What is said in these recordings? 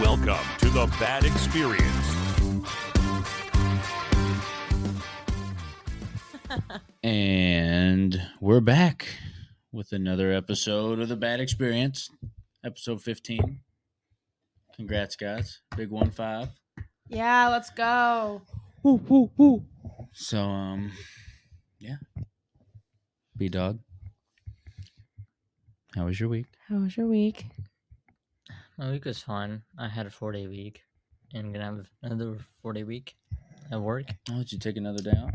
Welcome to the Bad Experience. And we're back with another episode of the Bad Experience, episode 15. Congrats, guys. Big one five. Yeah, let's go. So, um, yeah. B Dog, how was your week? How was your week? My week was fine. I had a four day week and I'm gonna have another four day week at work. Oh, did you take another day off?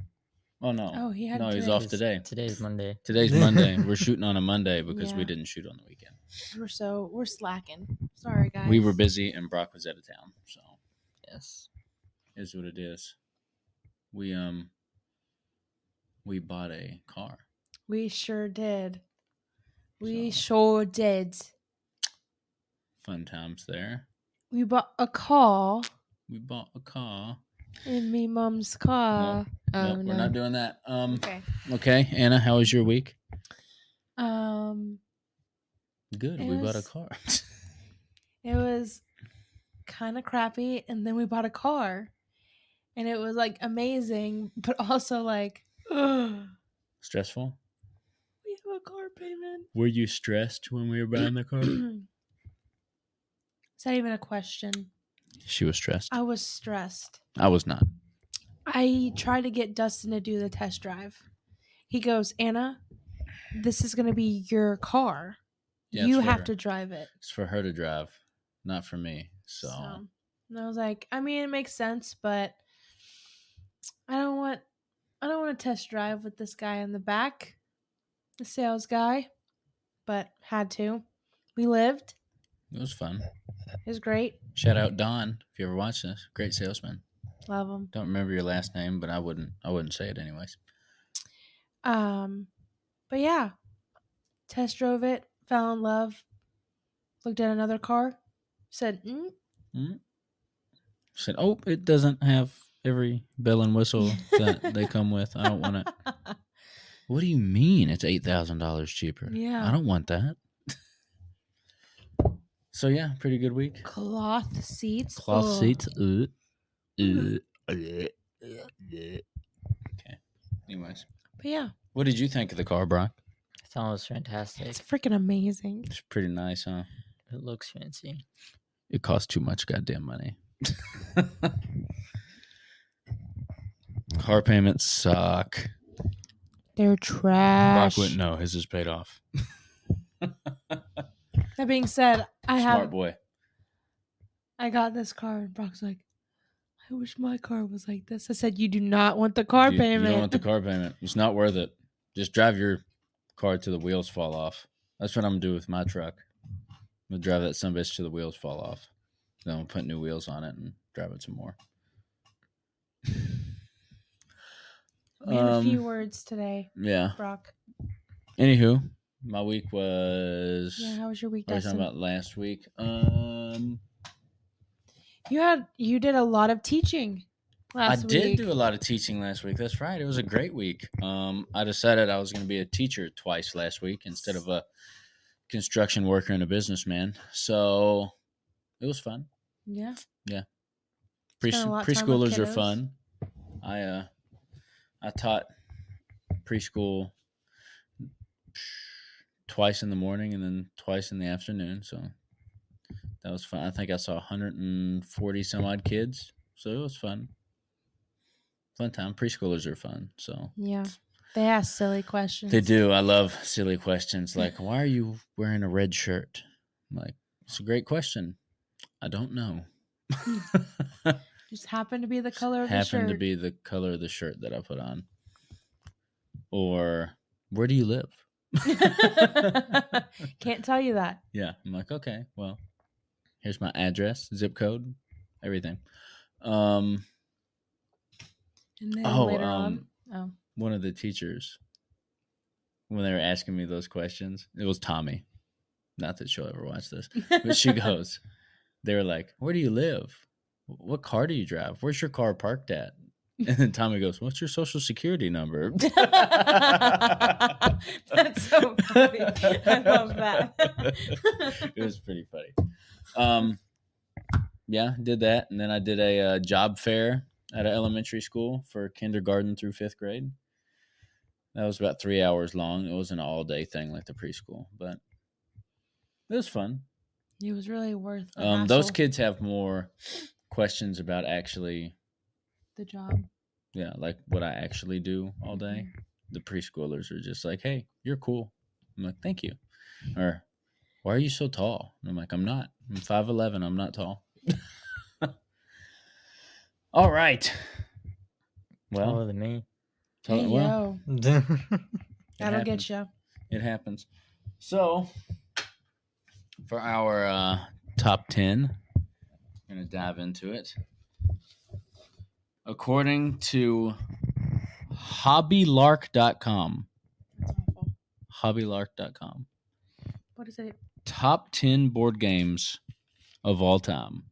Oh, no. Oh, he had no, a he's day. off 'cause today. Today is Monday. Today's Monday. We're shooting on a Monday because we Yeah. didn't shoot on the weekend. We're so we're slacking. Sorry, guys. We were busy and Brock was out of town. So, Yes. is what it is. We um we bought a car. We sure did. We So- sure did. Fun times there. We bought a car We bought a car. in me mom's car. no, we're not doing that. Um okay. Oh, Okay. Anna, how was your week? Um, Good. It we bought a was- car. it was kind of crappy, and then we bought a car, and it was like amazing, but also like we Stressful? have a car payment. Were you stressed when we were buying the car? Is that even a question? she was stressed. I was stressed. I was not. I tried to get Dustin to do the test drive. He goes, Anna, this is going to be your car. Yeah, you it's have for- to drive it. It's for her to drive, not for me. So, and I was like, I mean, it makes sense, but I don't want, I don't want to test drive with this guy in the back, the sales guy, but had to. We lived. it was fun. It was great. Shout out Don if you ever watch this. Great salesman. Love him. Don't remember your last name, but I wouldn't I wouldn't say it anyways. Um, but yeah, test drove it, fell in love, looked at another car, said, mm. said, "Oh, it doesn't have every bell and whistle that they come with. I don't want it." What do you mean? It's eight thousand dollars cheaper. Yeah. I don't want that. so yeah, pretty good week. Cloth seats. Mm-hmm. Cloth ugh. seats. uh, uh, uh, uh, uh. Okay. Anyways, But yeah, what did you think of the car, Brock? I thought it was fantastic. it's freaking amazing. It's pretty nice, huh? It looks fancy. It costs too much goddamn money. car payments suck. They're Brock trash. wouldn't know. His is paid off. That being said, I Smart have boy. I got this car, and Brock's like, I wish my car was like this. I said, you do not want the car you, payment. You don't want the car payment. It's not worth it. Just drive your car till the wheels fall off. That's what I'm gonna do with my truck. I'm gonna drive that some bitch till the wheels fall off. Then I'll put new wheels on it and drive it some more. Man, a few Um, words today, Yeah. Brock. Anywho, my week was. Yeah, how was your week, what were we talking about Dustin? last week? Um, You had you did a lot of teaching last I week. did do a lot of teaching last week. That's right. It was a great week. Um, I decided I was going to be a teacher twice last week instead of a construction worker and a businessman. So it was fun. Yeah. Pre- Spent a lot of time with preschoolers are kiddos. fun. I uh, I taught preschool twice in the morning and then twice in the afternoon. So that was fun. I think I saw 140 some odd kids. So it was fun. Fun time. Preschoolers are fun. So Yeah. They ask silly questions. they do. I love silly questions like, why are you wearing a red shirt? I'm like, it's a great question. I don't know. Hmm. Just happen to be the color of the happened shirt. to be the color of the shirt that I put on. Or where do you live? Can't tell you that. yeah, I'm like, okay, well, here's my address, zip code, everything. Um, And then Oh, later um, on. one of the teachers, when they were asking me those questions, it was Tommy. Not that she'll ever watch this, Oh. but she goes, they were like, where do you live? What car do you drive? Where's your car parked at? And then Tommy goes, what's your social security number? That's so funny. I love that. it was pretty funny. Um, yeah, did that, and then I did a uh, job fair at an elementary school for kindergarten through fifth grade. That was about three hours long. It was an all day thing like the preschool, but it was fun. It was really worth the Um, those hassle, kids have more questions about actually, the job. yeah, like what I actually do all day. Mm-hmm. The preschoolers are just like, "Hey, you're cool." I'm like, "Thank you," or "Why are you so tall?" And I'm like, "I'm not. I'm five eleven. I'm not tall." all right. Well, Taller than me. tell- Hey, well, yo, it that'll happens. get you. It happens. So, for our uh, top 10, I'm going to dive into it. According to hobbylark.com, That's awful. hobbylark.com, What is it? top 10 board games of all time.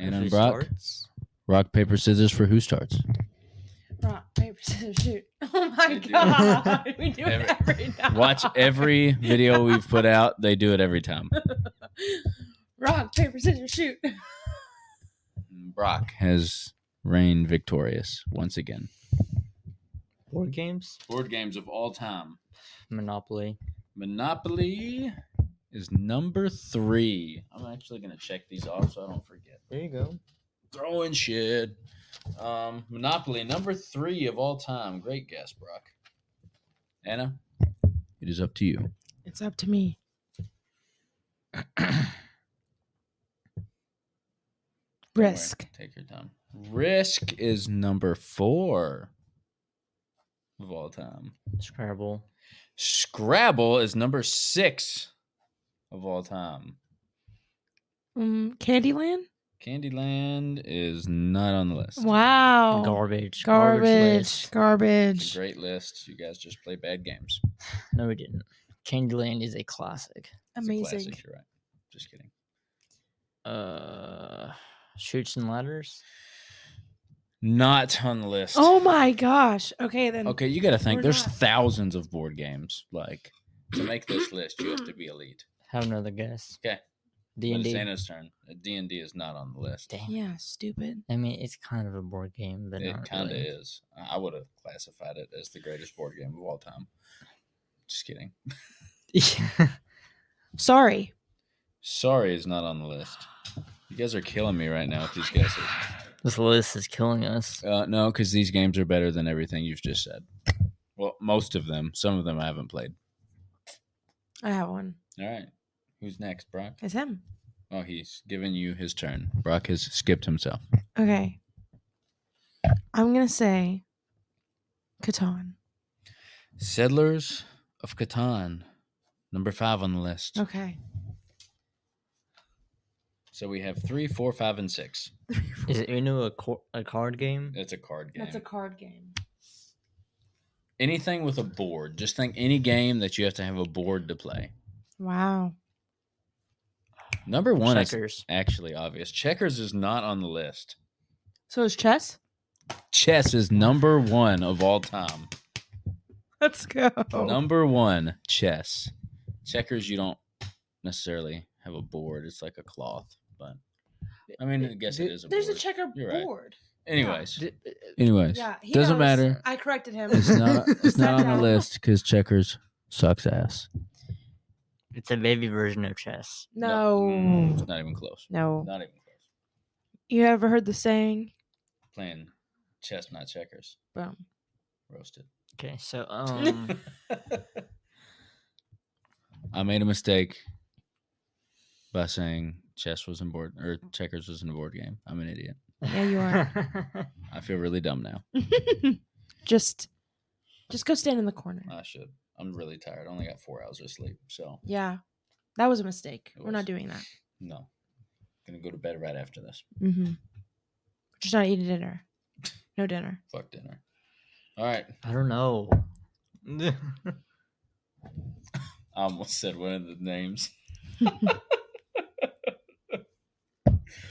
And Who on Brock, starts? rock, paper, scissors for who starts? Rock, paper, scissors, shoot. Oh my We do. god, we do it Every- every time. Watch every video we've put out, they do it every time. Rock, paper, scissors, shoot. Brock has reigned victorious once again. Board games? Board games of all time. Monopoly. Monopoly is number three. I'm actually gonna check these off so I don't forget. There you go. Throwing shit. Um, Monopoly number three of all time. Great guess, Brock. Anna, it is up to you. It's up to me. Don't worry. Risk. Take your time. Risk is number four of all time. Scrabble. Scrabble is number six of all time. Um, Candyland? Candyland is not on the list. Oh, Wow. Garbage. Garbage. list. It's Garbage. a great list. You guys just play bad games. No, we didn't. Candyland is a classic. It's a classic, Amazing. You're right. Just kidding. Uh, Shoots and Ladders. Not on the list. Oh my gosh. Okay, then. Okay, you got to think. We're There's not. thousands of board games. Like to make this list, you have to be elite. Have another guess. Okay. D But and it's D. Anna's turn. uh, D and D is not on the list. Damn. Yeah, stupid. I mean, it's kind of a board game, but It not kind of really. is. I- I would have classified it as the greatest board game of all time. Just kidding. Sorry. Sorry is not on the list. You guys are killing me right now with these guesses. this list is killing us. Uh, no, because these games are better than everything you've just said. Well, most of them. Some of them I haven't played. I have one. All right. Who's next, Brock? It's him. Oh, he's giving you his turn. Brock has skipped himself. Okay. I'm going to say Catan. Settlers of Catan, number five on the list. Okay. So we have three, four, five, and six. Is it Uno a, cor- a card game? That's a card game. card game. Anything with a board. Just think any game that you have to have a board to play. Wow. Number one is Checkers. actually obvious. Checkers is not on the list. So is chess? Chess is number one of all time. Let's go. Number one, chess. Checkers, you don't necessarily have a board. It's like a cloth, but I mean, I guess it There- is a There's a board. checkerboard. You're right. Anyways, D- uh, anyways, Yeah. he doesn't knows. matter. I corrected him. It's not. It's not on Settle. the list because checkers sucks ass. It's a baby version of chess. No. it's not even close. No. Not even close. Mm. You ever heard the saying? Playing chess, not checkers. Boom. Roasted. Okay, so um, I made a mistake by saying chess was in board or checkers was in a board game. I'm an idiot. Yeah, you are. I feel really dumb now. just just go stand in the corner. I should. I'm really tired. I only got four hours of sleep, so Yeah. That was a mistake. It We're not was. doing that. no. Gonna go to bed right after this. Mm-hmm. We're just not eating dinner. No dinner. Fuck dinner. All right. I don't know. I almost said one of the names.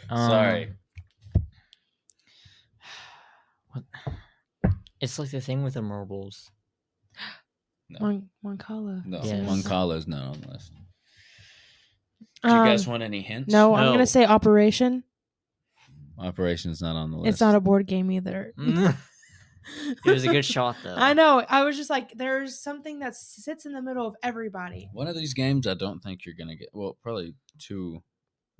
Sorry. Um, What? It's like the thing with the marbles. No. Mon- Moncala. No. Yes. Moncala's not on the list. Do you guys Um, want any hints? no, I'm No. gonna say Operation. Operation's not on the list. It's not a board game either. Mm. It was a good shot though. I know. I was just like, there's something that sits in the middle of everybody. One of these games, I don't think you're gonna get. Well, probably two,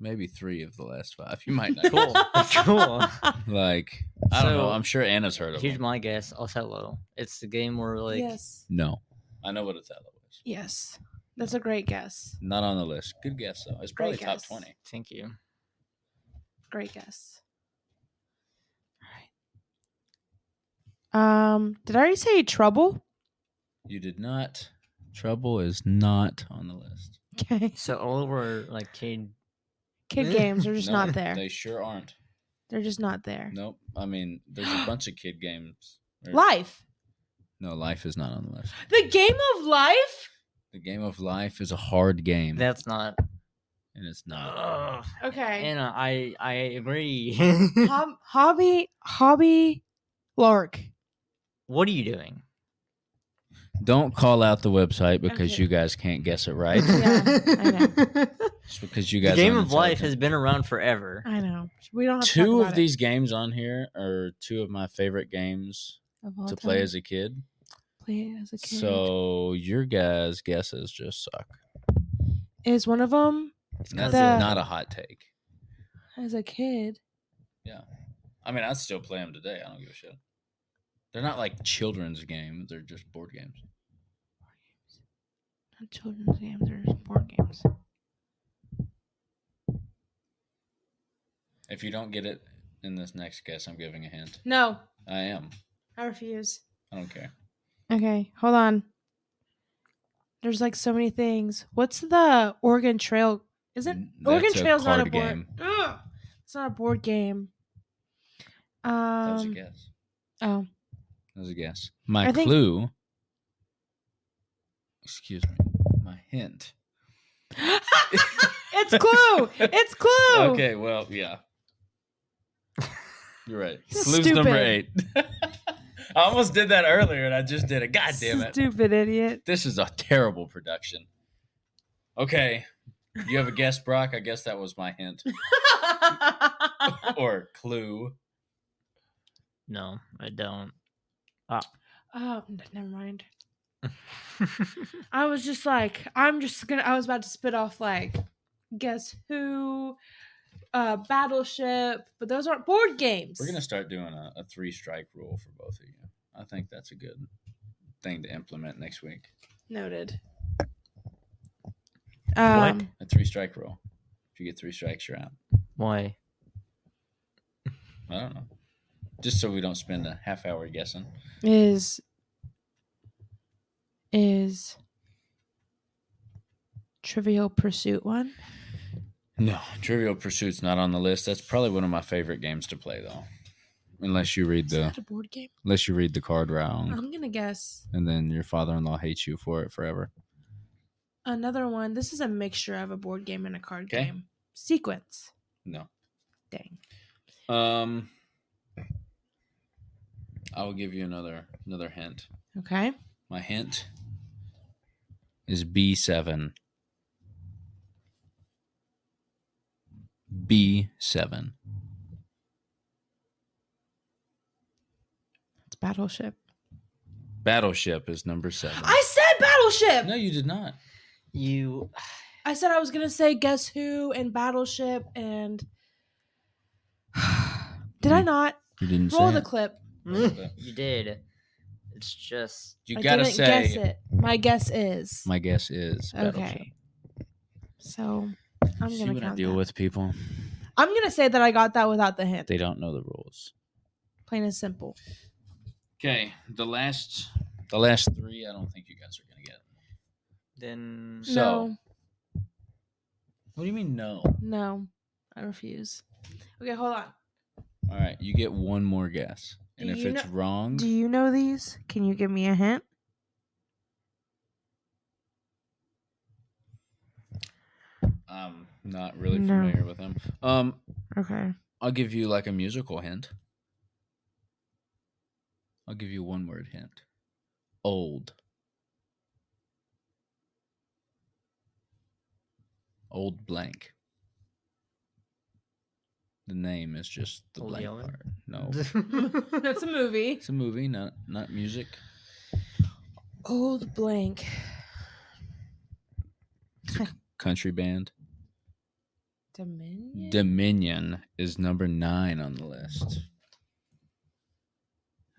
maybe three of the last five. You might not. Cool. Cool. Like I don't know. So, I'm sure Anna's heard of Here's it. my guess. Othello. It's the game where like yes. No, I know what Othello is. Yes. That's a great guess. Not on the list. Good guess though. It's probably Great top guess. twenty. thank you. Great guess. All right. Um, did I already say trouble? You did not. Trouble is not on the list. Okay. So all of our like kid Kid games are just No, not there. They sure aren't. They're just not there. Nope. I mean, there's a bunch of kid games. or- Life. No, life is not on the list. The game of life? The game of life is a hard game, that's not and it's not. Ugh. Okay. Anna, I I agree. Hob- hobby hobby lark. what are you doing? Don't call out the website because Okay. you guys can't guess it right. Yeah, I know. It's because you The guys. game aren't of life has intelligent. been around forever. I know. We don't have to talk two about of it. these games on here are two of my favorite games Of all to play time. as a kid. play as a kid. So your guys' guesses just suck. is one of them And that's The- not a hot take. as a kid. I mean, I still play them today. I don't give a shit. They're not like children's games. They're just board games. Not children's games or board games. If you don't get it in this next guess, I'm giving a hint. No, I am. I refuse. I don't care. Okay, hold on. There's like so many things. What's the Oregon Trail? Isn't N- Oregon that's a Trail's not a card board? game. Ugh, it's not a board game. That was a Um. guess. Oh, That was a guess. My I think- clue. Excuse me. My hint. it's Clue. It's Clue. Okay, well, yeah. You're right. This is Clues number eight. I almost did that earlier and I just did it. God damn it. Stupid idiot. This is a terrible production. Okay. You have a guess, Brock? I guess that was my hint. Oh, or clue. No, I don't. oh, n- never mind. I was just like, I'm just gonna. I was about to spit off like, guess who, uh, Battleship, but those aren't board games. We're gonna start doing a, a three strike rule for both of you. I think that's a good thing to implement next week. noted. Um, A three strike rule. If you get three strikes, you're out. Why? I don't know. Just so we don't spend a half hour guessing. is is Trivial Pursuit one? No, Trivial Pursuit's not on the list. That's probably one of my favorite games to play, though. Unless you read Is the that a board game? unless you read the card round, I'm gonna guess and then your father-in-law hates you for it forever. another one. This is a mixture of a board game and a card Okay. game sequence. No. Dang. Um, I will give you another another hint. Okay. My hint is B seven. B seven. It's Battleship. Battleship is number seven. I said Battleship. Mm. no, you did not. You I said I was gonna say Guess Who and Battleship and. Did I not You didn't roll say the Mm. it. clip? you did. It's just You I gotta didn't say guess it. My guess is My guess is Battleship. okay. So I'm See gonna what I count deal that. with people. I'm gonna say that I got that without the hint. They don't know the rules. Plain and simple. Okay, the last, the last three. I don't think you guys are gonna get. then So- What do you mean no? All No, no, I refuse. Okay, hold on. right, you get one more guess, and Do if you it's know- wrong, Do you know these? Can you give me a hint? I'm not really No. familiar with them. Um, Okay. I'll give you like a musical hint. I'll give you one word hint. Old. Old blank. The name is just the Old blank Yeoman? part. No, That's a movie. it's a movie, not not music. Old blank. Country band. Dominion. Dominion is number nine on the list.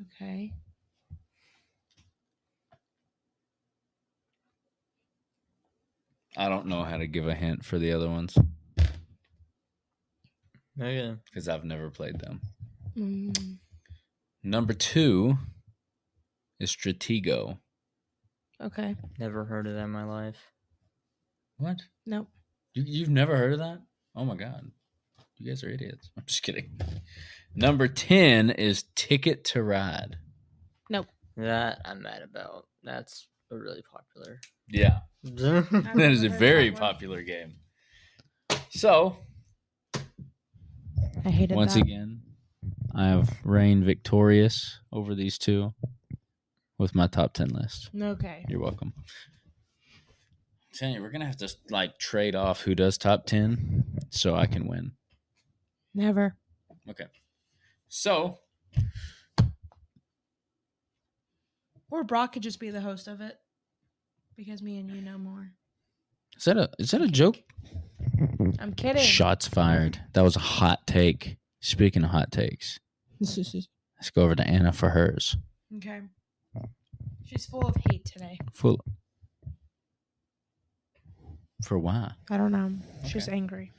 okay. I don't know how to give a hint for the other ones Okay. because I've never played them. Mm, Number two is Stratego. okay. Never heard of that in my life. What? Nope. You, you've never heard of that? Oh my god. You guys are idiots. I'm just kidding. Number 10 is Ticket to Ride. That I'm mad about. That's a really popular. Yeah. I've That is never a heard of very that one. popular game. So, I hated once that. again, I have reigned victorious over these two with my top 10 list. Okay. You're welcome. Tanya, we're going to have to like trade off who does top 10 so I can win. Never. Okay. So, Or Brock could just be the host of it. Because me and you know more. is that a is that a joke? I'm kidding. Shots fired. That was a hot take. Speaking of hot takes, let's go over to Anna for hers. okay. She's full of hate today. Full. For why? I don't know. She's angry.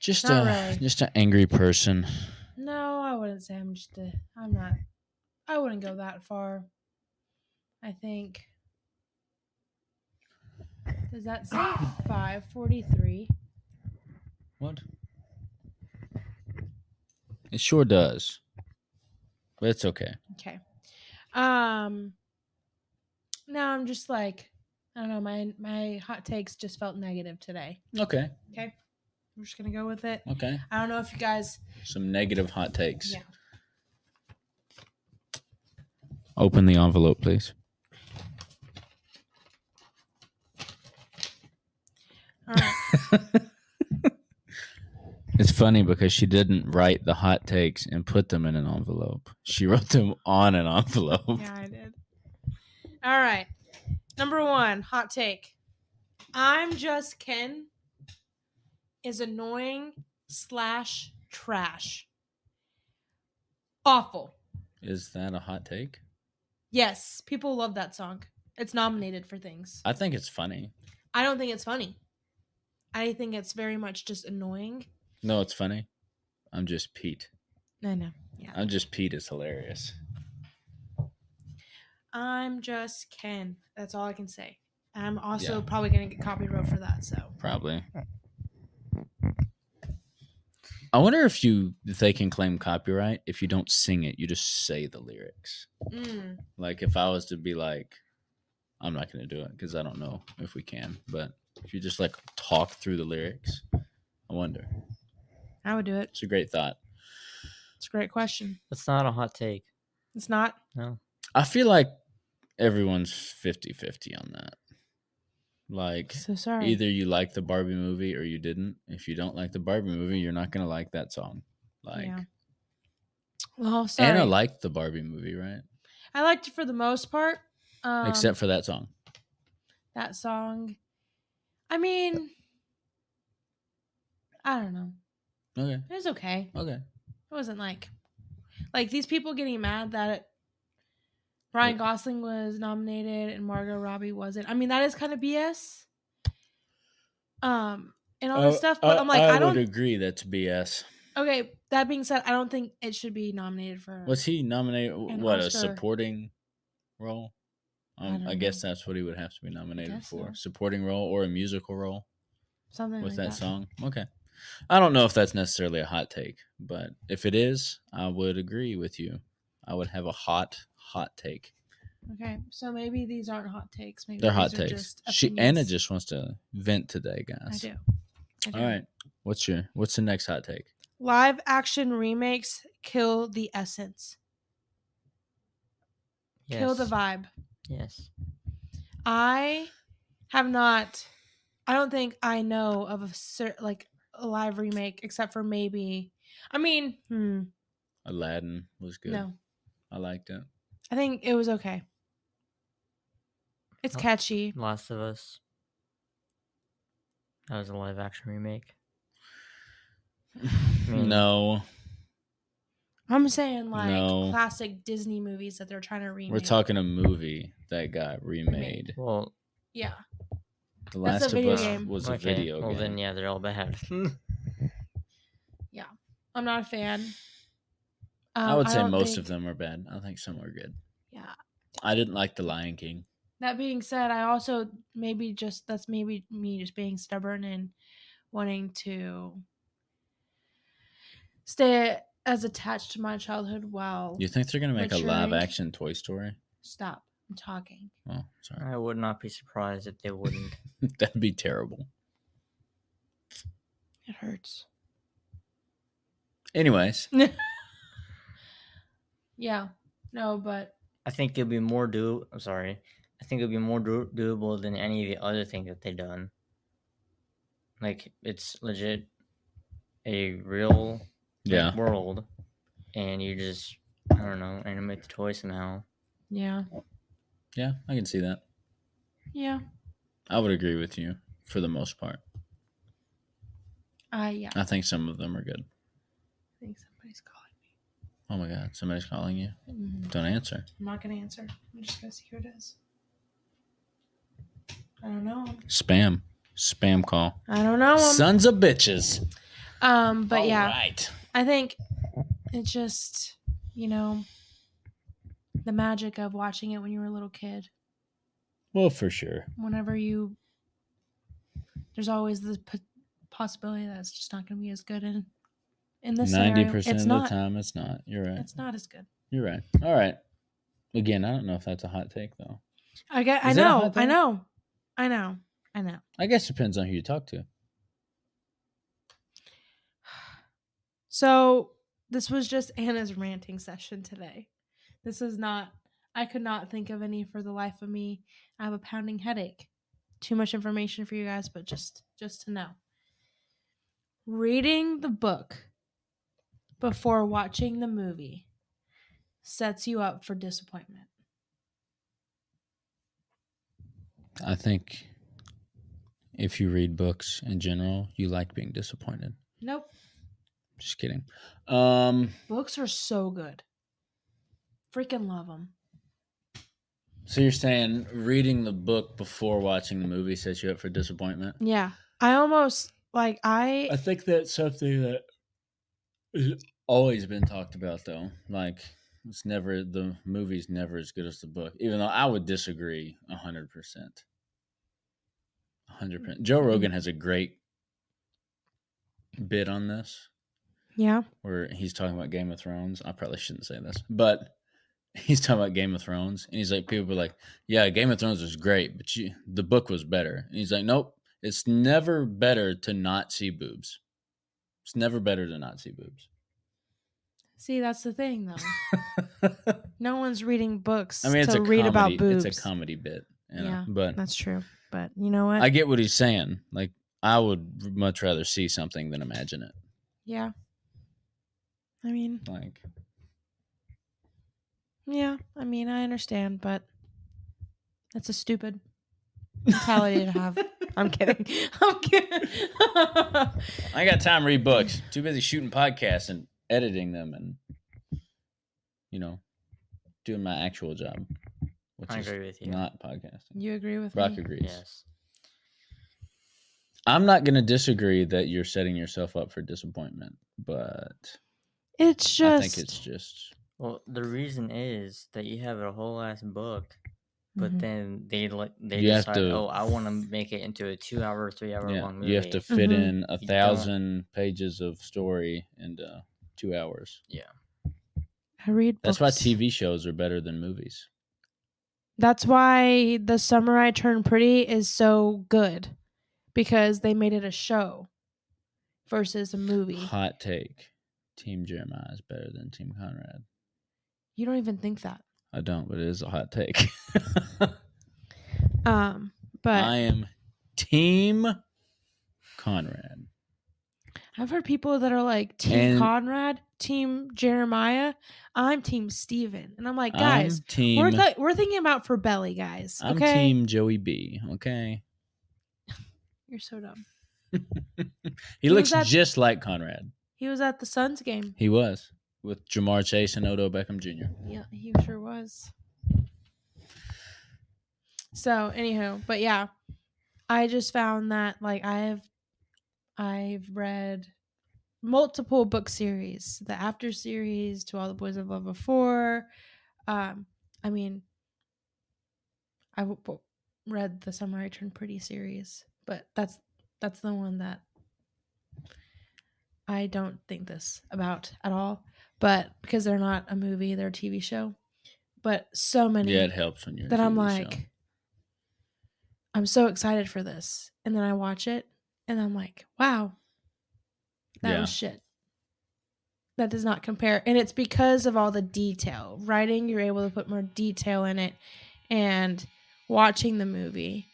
Just Not a really. just an angry person. No, I wouldn't say I'm just a. I'm not. I wouldn't go that far. I think. Does that say 543? What? It sure does. But it's okay. Okay. Um. No, I'm just like, I don't know. My my hot takes just felt negative today. Okay. Okay, I'm just gonna go with it. Okay. I don't know if you guys. Some negative hot takes. Yeah. Open the envelope, please. All right. It's funny because she didn't write the hot takes and put them in an envelope. She wrote them on an envelope. Yeah, I did. All right. Number one, hot take. I'm just Ken is annoying slash trash. Awful. Is that a hot take? Yes, people love that song. It's nominated for things. I think it's funny. I don't think it's funny. I think it's very much just annoying. No, it's funny. I'm just Pete. I know. Yeah. I'm just Pete is hilarious. I'm just Ken. That's all I can say. I'm also Yeah. probably going to get copyright for that. So Probably. I wonder if you if they can claim copyright if you don't sing it, you just say the lyrics. Mm. Like if I was to be like, I'm not gonna do it because I don't know if we can. But if you just like talk through the lyrics, I wonder. I would do it. It's a great thought. It's a great question. It's not a hot take. It's not. No. I feel like everyone's 50 50 on that. Like, So sorry. either you like the Barbie movie or you didn't. If you don't like the Barbie movie, you're not going to like that song. Like, Yeah. Well, sorry. Anna liked the Barbie movie, right? I liked it for the most part. Um, Except for that song. that song. I mean, I don't know. Okay. It was okay. Okay. It wasn't like, like these people getting mad that it, Ryan Yeah. Gosling was nominated and Margot Robbie wasn't. I mean, that is kind of BS. Um, and all this stuff. But I'm like, I, don't. Oh, would agree that's BS. Okay. That being said, I don't think it should be nominated for. Was he nominated? An what, a Oscar. supporting role? Um, don't I, guess know. that's what he would have to be nominated guess for. so. Supporting role or a musical role. something with like that, song. Okay. I don't know if that's necessarily a hot take, but if it is, I would agree with you. I would have a hot, hot take. Okay, so maybe these aren't hot takes. Maybe They're hot these are takes. just She opinions. Anna just wants to vent today, I guys. do. I do. All right. What's your what's the next hot take? Live action remakes kill the essence, Yes. kill the vibe. Yes. I have not I don't think I know of a cer- like a live remake except for maybe. I mean, hmm, Aladdin was good. no, I liked it. I think it was okay. It's Oh. catchy. Last of Us. That was a live action remake. Hmm. mean- no, I'm saying like No. classic Disney movies that they're trying to remake. we're talking a movie that got remade. Well, Yeah, The That's a Last of video Us game. was a okay, video Well, game. then yeah, they're all bad. I'm not a fan. Um, I would say don't most think- of them are bad. I think some are good. Yeah. I didn't like The Lion King. That being said, I also maybe just that's maybe me just being stubborn and wanting to stay as attached to my childhood while You think they're gonna make a Maturing. live action Toy Story? stop. I'm talking. Oh, sorry, I would not be surprised if they wouldn't. that'd be terrible. It hurts. Anyways, Yeah. No, but I think it'd be more do. I'm sorry. I think it'd be more do- doable than any of the other things that they've done. Like it's legit a real like, yeah, world, and you just I don't know animate the toy somehow. yeah. yeah, I can see that. Yeah. I would agree with you for the most part. I yeah. I think some of them are good. I think somebody's calling Oh my God, somebody's calling you. me. Mm, Don't answer. I'm not gonna answer. I'm just gonna see who it is. I don't know. Spam, spam call. I don't know. 'em. Sons of bitches. Um, but All yeah. right. I think it just, you know, the magic of watching it when you were a little kid. Well, for sure. Whenever you, there's always the p- possibility that it's just not going to be as good. And in this Ninety scenario, percent it's of not. the time, it's not. You're right. It's not as good. You're right. All right. Again, I don't know if that's a hot take though. I get. I Is that a know. hot I take? know. I know. I know. I guess it depends on who you talk to. So this was just Anna's ranting session today. This is not. I could not think of any for the life of me. I have a pounding headache. Too much information for you guys, but just just to know. Reading the book before watching the movie sets you up for disappointment. I think if you read books in general, you like being disappointed. Nope. Just kidding. Um, Books are so good. Freaking love them. so you're saying reading the book before watching the movie sets you up for disappointment? Yeah. I almost like I I think that's something that has always been talked about, though. Like, it's never the movie's never as good as the book, even though I would disagree hundred percent. Hundred percent. Joe Rogan has a great bit on this yeah. where he's talking about Game of Thrones. I probably shouldn't say this, but he's talking about Game of Thrones, and he's like, people were like, "Yeah, Game of Thrones was great, but you, the book was better." And he's like, "Nope, it's never better to not see boobs. It's never better to not see boobs." See, that's the thing though. No one's reading books I mean, it's to a read comedy, about boobs. It's a comedy bit, you know? Yeah. But That's true. But you know what? I get what he's saying. Like, I would much rather see something than imagine it. yeah. I mean, Like, yeah. I mean, I understand, but that's a stupid mentality to have. I'm kidding. I'm kidding. I ain't got time to read books. Too busy shooting podcasts and editing them and you know, doing my actual job. Which I is agree with you. not podcasting. you agree with Brock me? agrees. Yes. I'm not gonna disagree that you're setting yourself up for disappointment, but It's just. I think it's just Well, the reason is that you have a whole ass book, but Mhm. then they like they You have decide, to- oh, I want to make it into a two-hour, three-hour yeah, long movie. you have to fit Mhm. in a You don't- thousand pages of story into two hours. I read. That's why books. TV shows are better than movies. That's why the summer I turned pretty is so good, because they made it a show, versus a movie. Hot take. Team Jeremiah is better than Team Conrad. You don't even think that. I don't, but it is a hot take. Um, but I am Team Conrad. I've heard people that are like Team And- Conrad, Team Jeremiah. I'm Team Steven. And I'm like, I'm guys, team. we're, th- we're thinking about for belly, guys. I'm okay. team Joey B. Okay, You're so dumb. he was looks at- just like Conrad. He was at the Suns game. He was with Jamar Chase and Odo Beckham Jr. Yeah, he sure was. So, anywho, but yeah, I just found that like I have, I've read multiple book series, the After series, To All the Boys I've Loved Before. Um, I mean, I w- w- read the Summer I Turned Pretty series, but that's that's the one that I don't think this about at all. But because they're not a movie, they're a TV show. But so many Yeah, it helps when you're a that I'm TV show. like, I'm so excited for this. And then I watch it and I'm like, wow, that Yeah. was shit. That does not compare. And it's because of all the detail. Writing, you're able to put more detail in it. And watching the movie,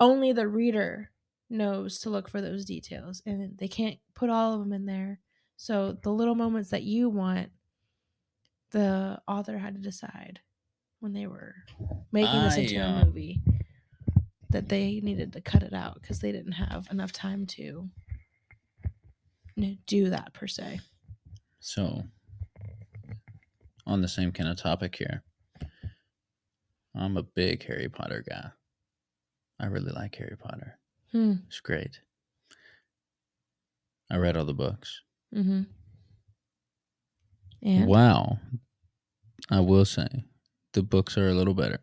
only the reader knows to look for those details. And they can't put all of them in there. So the little moments that you want, the author had to decide when they were making this I, into uh, a movie that they needed to cut it out because they didn't have enough time to n- do that per se. So, on the same kind of topic here, I'm a big Harry Potter guy. I really like Harry Potter. Hmm. It's great. I read all the books. Mm-hmm. And Wow. I will say, the books are a little better.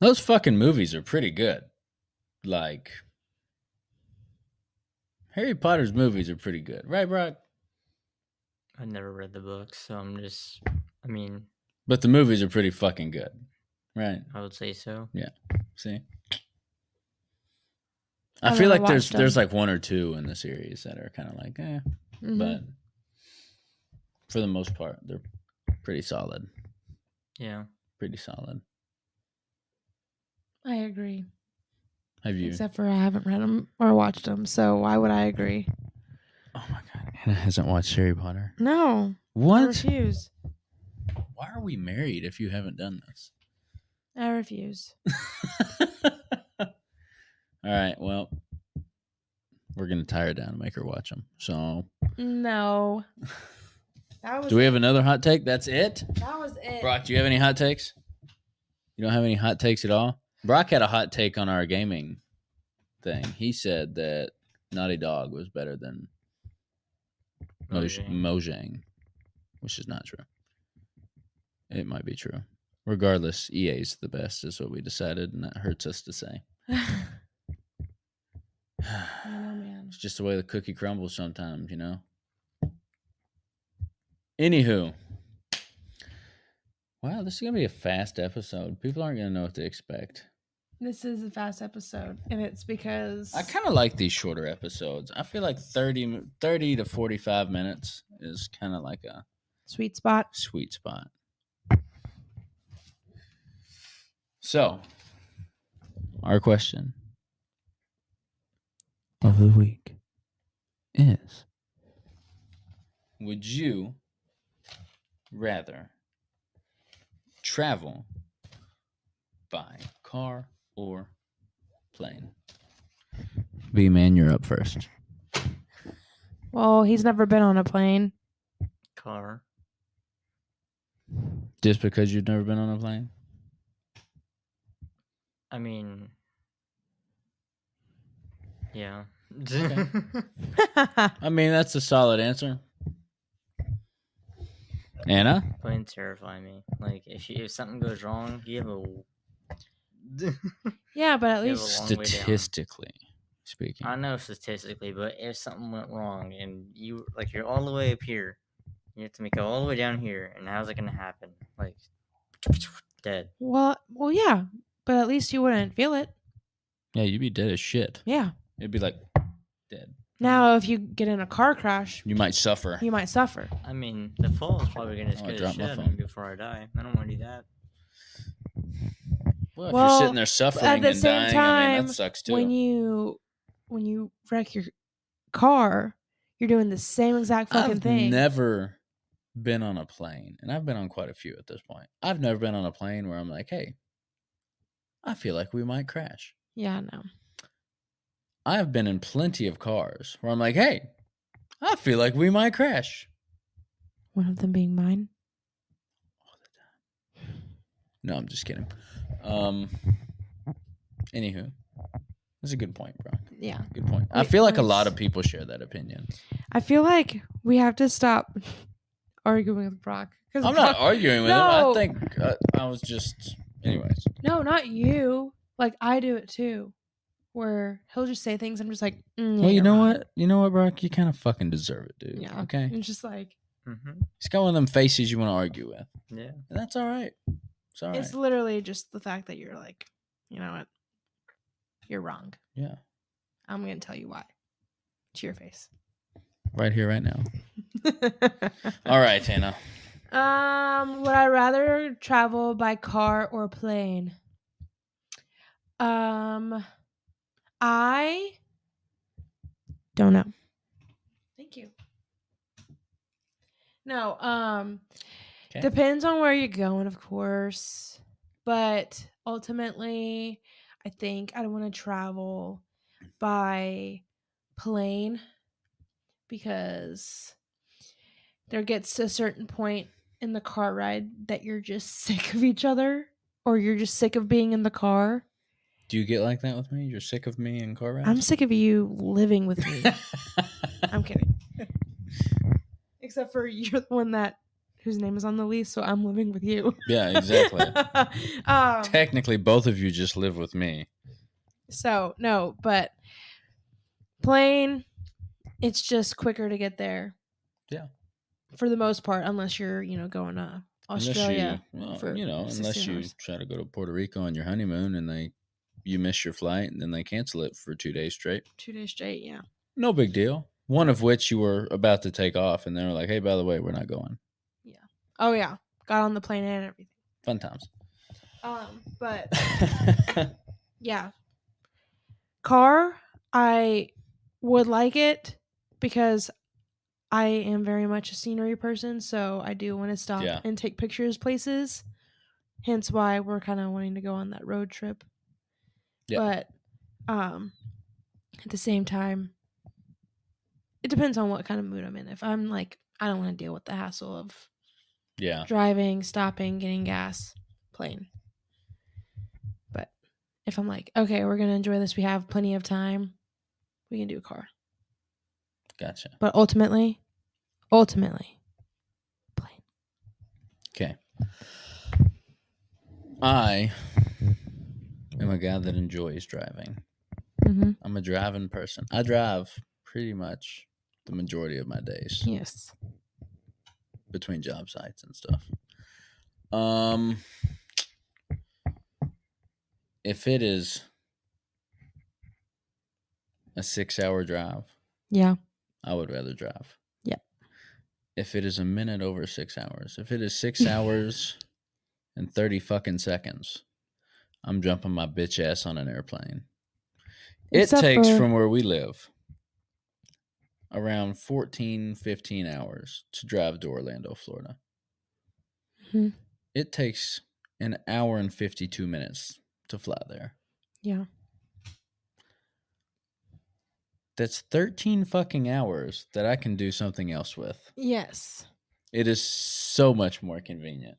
Those fucking movies are pretty good. Like, Harry Potter's movies are pretty good. Right, Brock? I've never read the book, so I'm just. I mean, But the movies are pretty fucking good. Right. I would say so. See, I I, feel never like there's watched there's them. like one or two in the series that are kind of like, eh, Mhm. but for the most part, they're pretty solid. Yeah. Pretty solid. I agree. Have you? Except for I haven't read them or watched them, so why would I agree? oh my god, Hannah hasn't watched Harry Potter. No, I What? refuse. Why are we married if you haven't done this? I refuse. All right, well, we're gonna tie her down and make her watch them. So, No, that was do we have another hot take? That's it. that was it. Brock, do you have any hot takes? You don't have any hot takes at all? Brock had a hot take on our gaming thing. He said that Naughty Dog was better than Moj- Mojang. mm. Mojang, which is not true. It might be true. Regardless, EA's the best, is what we decided, and that hurts us to say. I it's know, man. just the way the cookie crumbles sometimes, you know? Anywho. Wow, this is going to be a fast episode. People aren't going to know what to expect. This is a fast episode, and it's because I kind of like these shorter episodes. I feel like 30, mi- 30 to 45 minutes is kind of like a sweet spot. sweet spot. So, our question of the week is Would you rather travel by car or plane? B man, you're up first. Well, he's never been on a plane. Car. Just because you've never been on a plane? I mean. Yeah. I mean, that's a solid answer. Anna? Planes terrify me. Like if you, if something goes wrong, you have a. yeah, but at Yeah, least long way down. Statistically speaking. I know statistically, but if something went wrong and you like you're all the way up here, you have to make it all the way down here, and how's it gonna happen? Like dead. well, well, yeah, but at least you wouldn't feel it. yeah, you'd be dead as shit. Yeah. It'd be like dead. Now, if you get in a car crash, You might suffer. you might suffer. I mean, the fall is probably gonna Oh, I scare the dropped shit my out of phone. me before I die. I don't want to do that. Well, if Well, you're sitting there suffering the and same dying, I mean, time, that sucks too. When you when you wreck your car, you're doing the same exact fucking I've thing. never been on a plane, and I've been on quite a few at this point. I've never been on a plane where I'm like, hey, I feel like we might crash. yeah, no. I've been in plenty of cars where I'm like, hey, I feel like we might crash. One of them being mine. No, I'm just kidding. Um, anywho, that's a good point, bro. Yeah. Good point. I Wait, feel like a lot let's- of people share that opinion. I feel like we have to stop arguing with Brock. 'cause I'm not Brock- arguing with him. I No. think uh, I was just, anyways. No, not you. Like I do it too, where he'll just say things. I'm just like, mm, yeah, Well, you you're know right. what? You know what, Brock? You kind of fucking deserve it, dude. Yeah. Mm. Okay. It's just like Mm-hmm. He's got one of them faces you want to argue with. Yeah. And that's all right. It's all right. it's literally just the fact that you're like, you know what, you're wrong. yeah. I'm gonna tell you why. To your face. Right here, right now. All right, Hannah. Um, would I rather travel by car or plane? Um, I don't know. Thank you. No, um, 'Kay. depends on where you're going, of course, but ultimately, I think I'd want to travel by plane because there gets a certain point in the car ride that you're just sick of each other or you're just sick of being in the car. Do you get like that with me? You're sick of me and car rides? I'm sick of you living with me. I'm kidding. Except for you're the one that whose name is on the lease, so I'm living with you. yeah, exactly. um, Technically, both of you just live with me. so no, but plane, it's just quicker to get there. Yeah. For the most part, unless you're, you know, going to Australia. Unless you, well, for you know, 16 unless you hours. try to go to Puerto Rico on your honeymoon and they you miss your flight and then they cancel it for two days straight. Two days straight, yeah. No big deal. One of which you were about to take off and they were like, hey, by the way, we're not going. Oh yeah. Got on the plane and everything. Fun times. Um, but yeah. Car, I would like it because I am very much a scenery person, so I do want to stop Yeah. and take pictures places. Hence why we're kind of wanting to go on that road trip. Yeah. But um at the same time it depends on what kind of mood I'm in. If I'm like I don't want to deal with the hassle of yeah. driving, stopping, getting gas, plane. But if I'm like, okay, we're gonna enjoy this, we have plenty of time, we can do a car. Gotcha. But ultimately, ultimately, plane. Okay. I am a guy that enjoys driving. Mm-hmm. I'm a driving person. I drive pretty much the majority of my days Yes. between job sites and stuff. Um, if it is a six hour drive, Yeah. I would rather drive. Yep. If it is a minute over six hours, if it is six hours and 30 fucking seconds, I'm jumping my bitch ass on an airplane. It Except takes for- from where we live around 14, 15 hours to drive to Orlando, Florida. Mhm. It takes an hour and 52 minutes to fly there. Yeah. That's 13 fucking hours that I can do something else with. Yes. It is so much more convenient,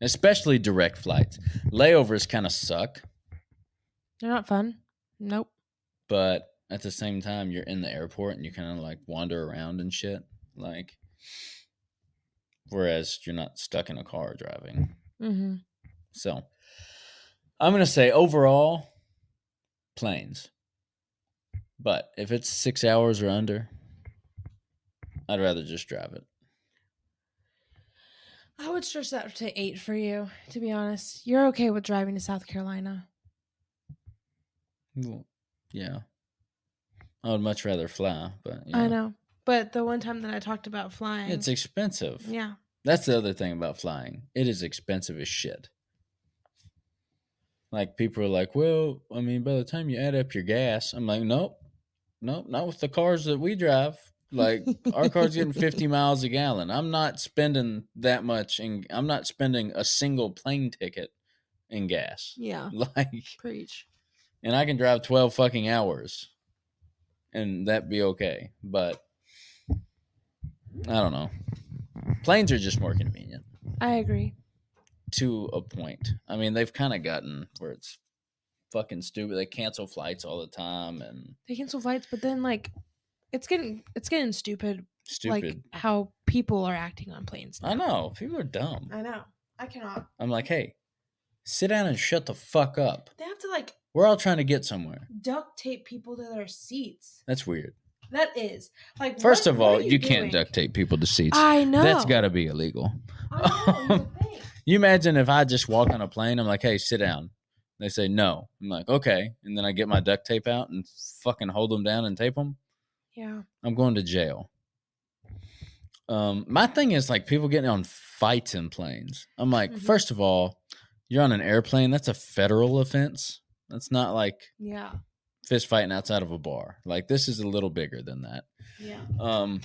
especially direct flights. Layovers kind of suck, They're not fun. Nope. but at the same time, you're in the airport and you kind of like wander around and shit. Like, whereas you're not stuck in a car driving. Mm-hmm. So, I'm going to say overall, planes. But if it's six hours or under, I'd rather just drive it. I would stretch that to eight for you, to be honest. You're okay with driving to South Carolina. Well, Yeah. I would much rather fly, but you I know. But the one time that I talked about flying. It's expensive. yeah. That's the other thing about flying. It is expensive as shit. Like people are like, well, I mean, by the time you add up your gas, I'm like, nope, nope, not with the cars that we drive. Like our car's getting 50 miles a gallon. I'm not spending that much, and I'm not spending a single plane ticket in gas. Yeah. Like, Preach. and I can drive 12 fucking hours and that be okay. But I don't know. Planes are just more convenient I agree. to a point. I mean, they've kind of gotten where it's fucking stupid. They cancel flights all the time and They cancel flights, but then like it's getting it's getting stupid, like stupid. how people are acting on planes. I know. People are dumb. I know. I cannot. I'm like, hey, sit down and shut the fuck up. They have to like We're all trying to get somewhere. duct tape people to their seats. That's weird. That is like First what- of what all, are you, can't doing? duct tape people to seats. I know. That's got to be illegal. I know, you would think. You imagine if I just walk on a plane, I'm like, hey, sit down. They say no. I'm like, okay. And then I get my duct tape out and fucking hold them down and tape them. Yeah. I'm going to jail. Um, my thing is like people getting on fights in planes. I'm like, Mhm. first of all, you're on an airplane. That's a federal offense. That's not like Yeah. fist fighting outside of a bar. Like this is a little bigger than that. Yeah. Um,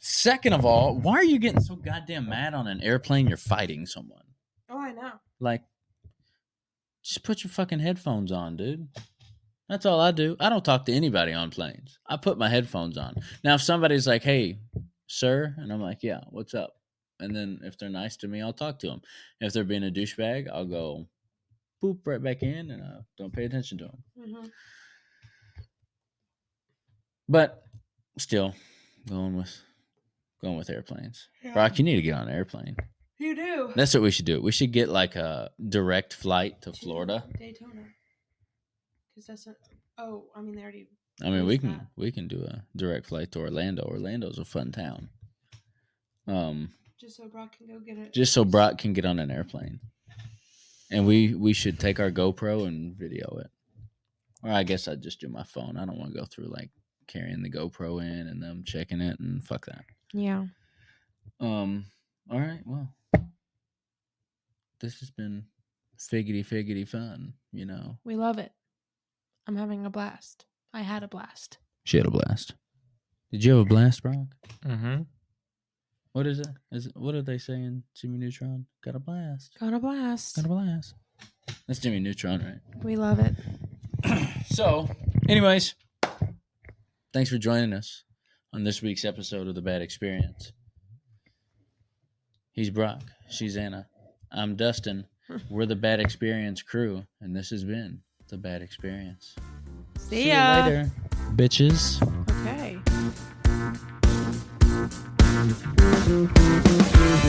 second of all, why are you getting so goddamn mad on an airplane? You're fighting someone. Oh, I know. Like, just put your fucking headphones on, dude. That's all I do. I don't talk to anybody on planes. I put my headphones on. Now, if somebody's like, hey, sir, and I'm like, yeah, what's up? And then if they're nice to me, I'll talk to them. If they're being a douchebag, I'll go boop right back in and I don't pay attention to them. Mhm. But still, going with going with airplanes. Yeah. Rock, you need to get on an airplane. You do. That's what we should do. We should get like a direct flight to Florida. Daytona. Because that's a. Oh, I mean, they already. I mean, we Where's can that? we can do a direct flight to Orlando. Orlando's a fun town. Um, Just so Brock can go get it. just so Brock can get on an airplane, and we we should take our GoPro and video it. Or I guess I'd just do my phone. I don't want to go through like carrying the GoPro in and them checking it and fuck that. Yeah. Um. All right. Well, this has been figgity figgity fun. You know, We love it. I'm having a blast. I had a blast. she had a blast. Did you have a blast, Brock? Mm-hmm. What is it? Is it, what are they saying? Jimmy Neutron got a blast. Got a blast. Got a blast. That's Jimmy Neutron, We love it. right? so, anyways, thanks for joining us on this week's episode of the Bad Experience. He's Brock. She's Anna. I'm Dustin. We're the Bad Experience crew, and this has been the Bad Experience. See, ya. you later, bitches. Okay.